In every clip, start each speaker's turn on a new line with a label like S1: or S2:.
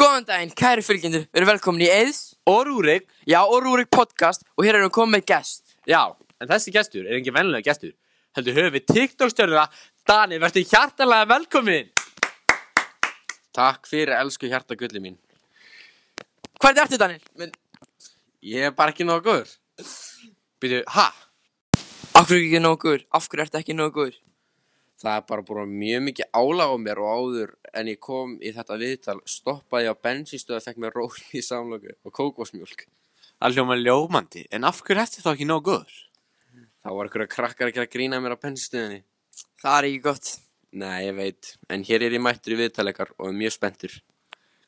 S1: Góðan daginn, kæri fylgjendur, við erum velkomin í Eiðs,
S2: Og Rúrik,
S1: já, og Rúrik podcast og hér erum við komið með gest.
S2: já, en þessi gestur er engin venlega gestur. Heldur höfum við TikTok-stjörnuna, Dani, verður hjartalega velkomin!
S3: Takk fyrir elsku hjarta gulli mín.
S1: Hvað er þetta, Daniel?
S3: Men ég er bara ekki nógu góður.
S2: Býtu, ha?
S1: Af hverju er ekki nógu góður? Af hverju ertu ekki nógu góður?
S3: Það er bara búin mjög mikið álag á mér og áður en ég kom í þetta viðtal stoppaði ég á bensinstöð og fekk mér ról í samlöku og kókosmjólk.
S2: Það er hljóma ljómandi, en af hverju ertu þá ekki nóg góður?
S3: Það var einhverja krakkar ekki að grína mér á bensinstöðinni.
S1: Það er ekki gott.
S3: Nei, ég veit. En hér er ég mættur í viðtalekar og er mjög spenntur.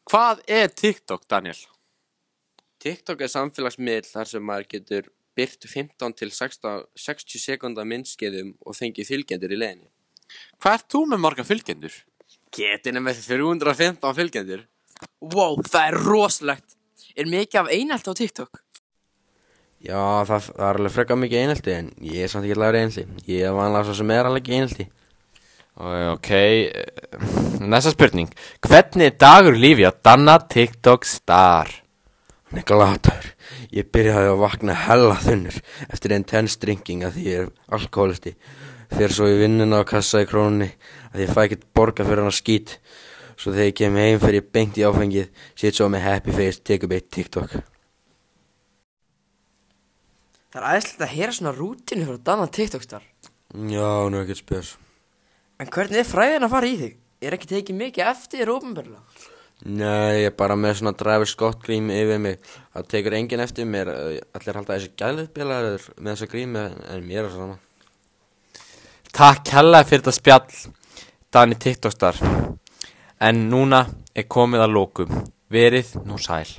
S2: Hvað er TikTok, Daniel?
S3: TikTok er samfélagsmiðl þar sem maður getur byrt 15 til 16 60 sekunda myndskeiðum og fengið fylgjendur í leginni.
S2: Hvað ert þú með marga fylgjendur?
S3: Getinu með 315 fylgjendur.
S1: Wow, það er rosalegt. Er mikið af einhælt á TikTok?
S3: Já, það, það er alveg frekka mikið einhelti en ég er samt ekki lagur einhelti. Ég er vanlega svo sem er alveg ekki einhelti.
S4: Ok, eh, næsta spurning. Hvernig er dagur lífi á Danna TikTok star?
S3: Hún er glataður. Ég byrjaði að vakna hella þunnur eftir intense drinking að því ég er alkoholisti. Fyrir svo í vinnuna á kassa í krónunni að ég fæ ekkert borga fyrir hann að skýt. Svo þegar ég kem heim fyrir ég beint í áfengið, sitt svo með happy face, tekum eitt TikTok.
S1: Það er aðeinslega að heyra svona rútinu frá Dana TikTokstar.
S3: Já, nú ekkert spes.
S1: En hvernig er fræðin að fara í þig? Er ekki tekið mikið eftir ofinbörlega?
S3: Nei, ég er bara með svona Travis Scott grím yfir mig Það tekur enginn eftir mér eh, Allir halda þessi gæluðbílaður með þessa grími En mér er svona
S4: Takk hella fyrir þetta spjall, Danni TikTok star. En núna er komið að lókum. Verið nú sæl.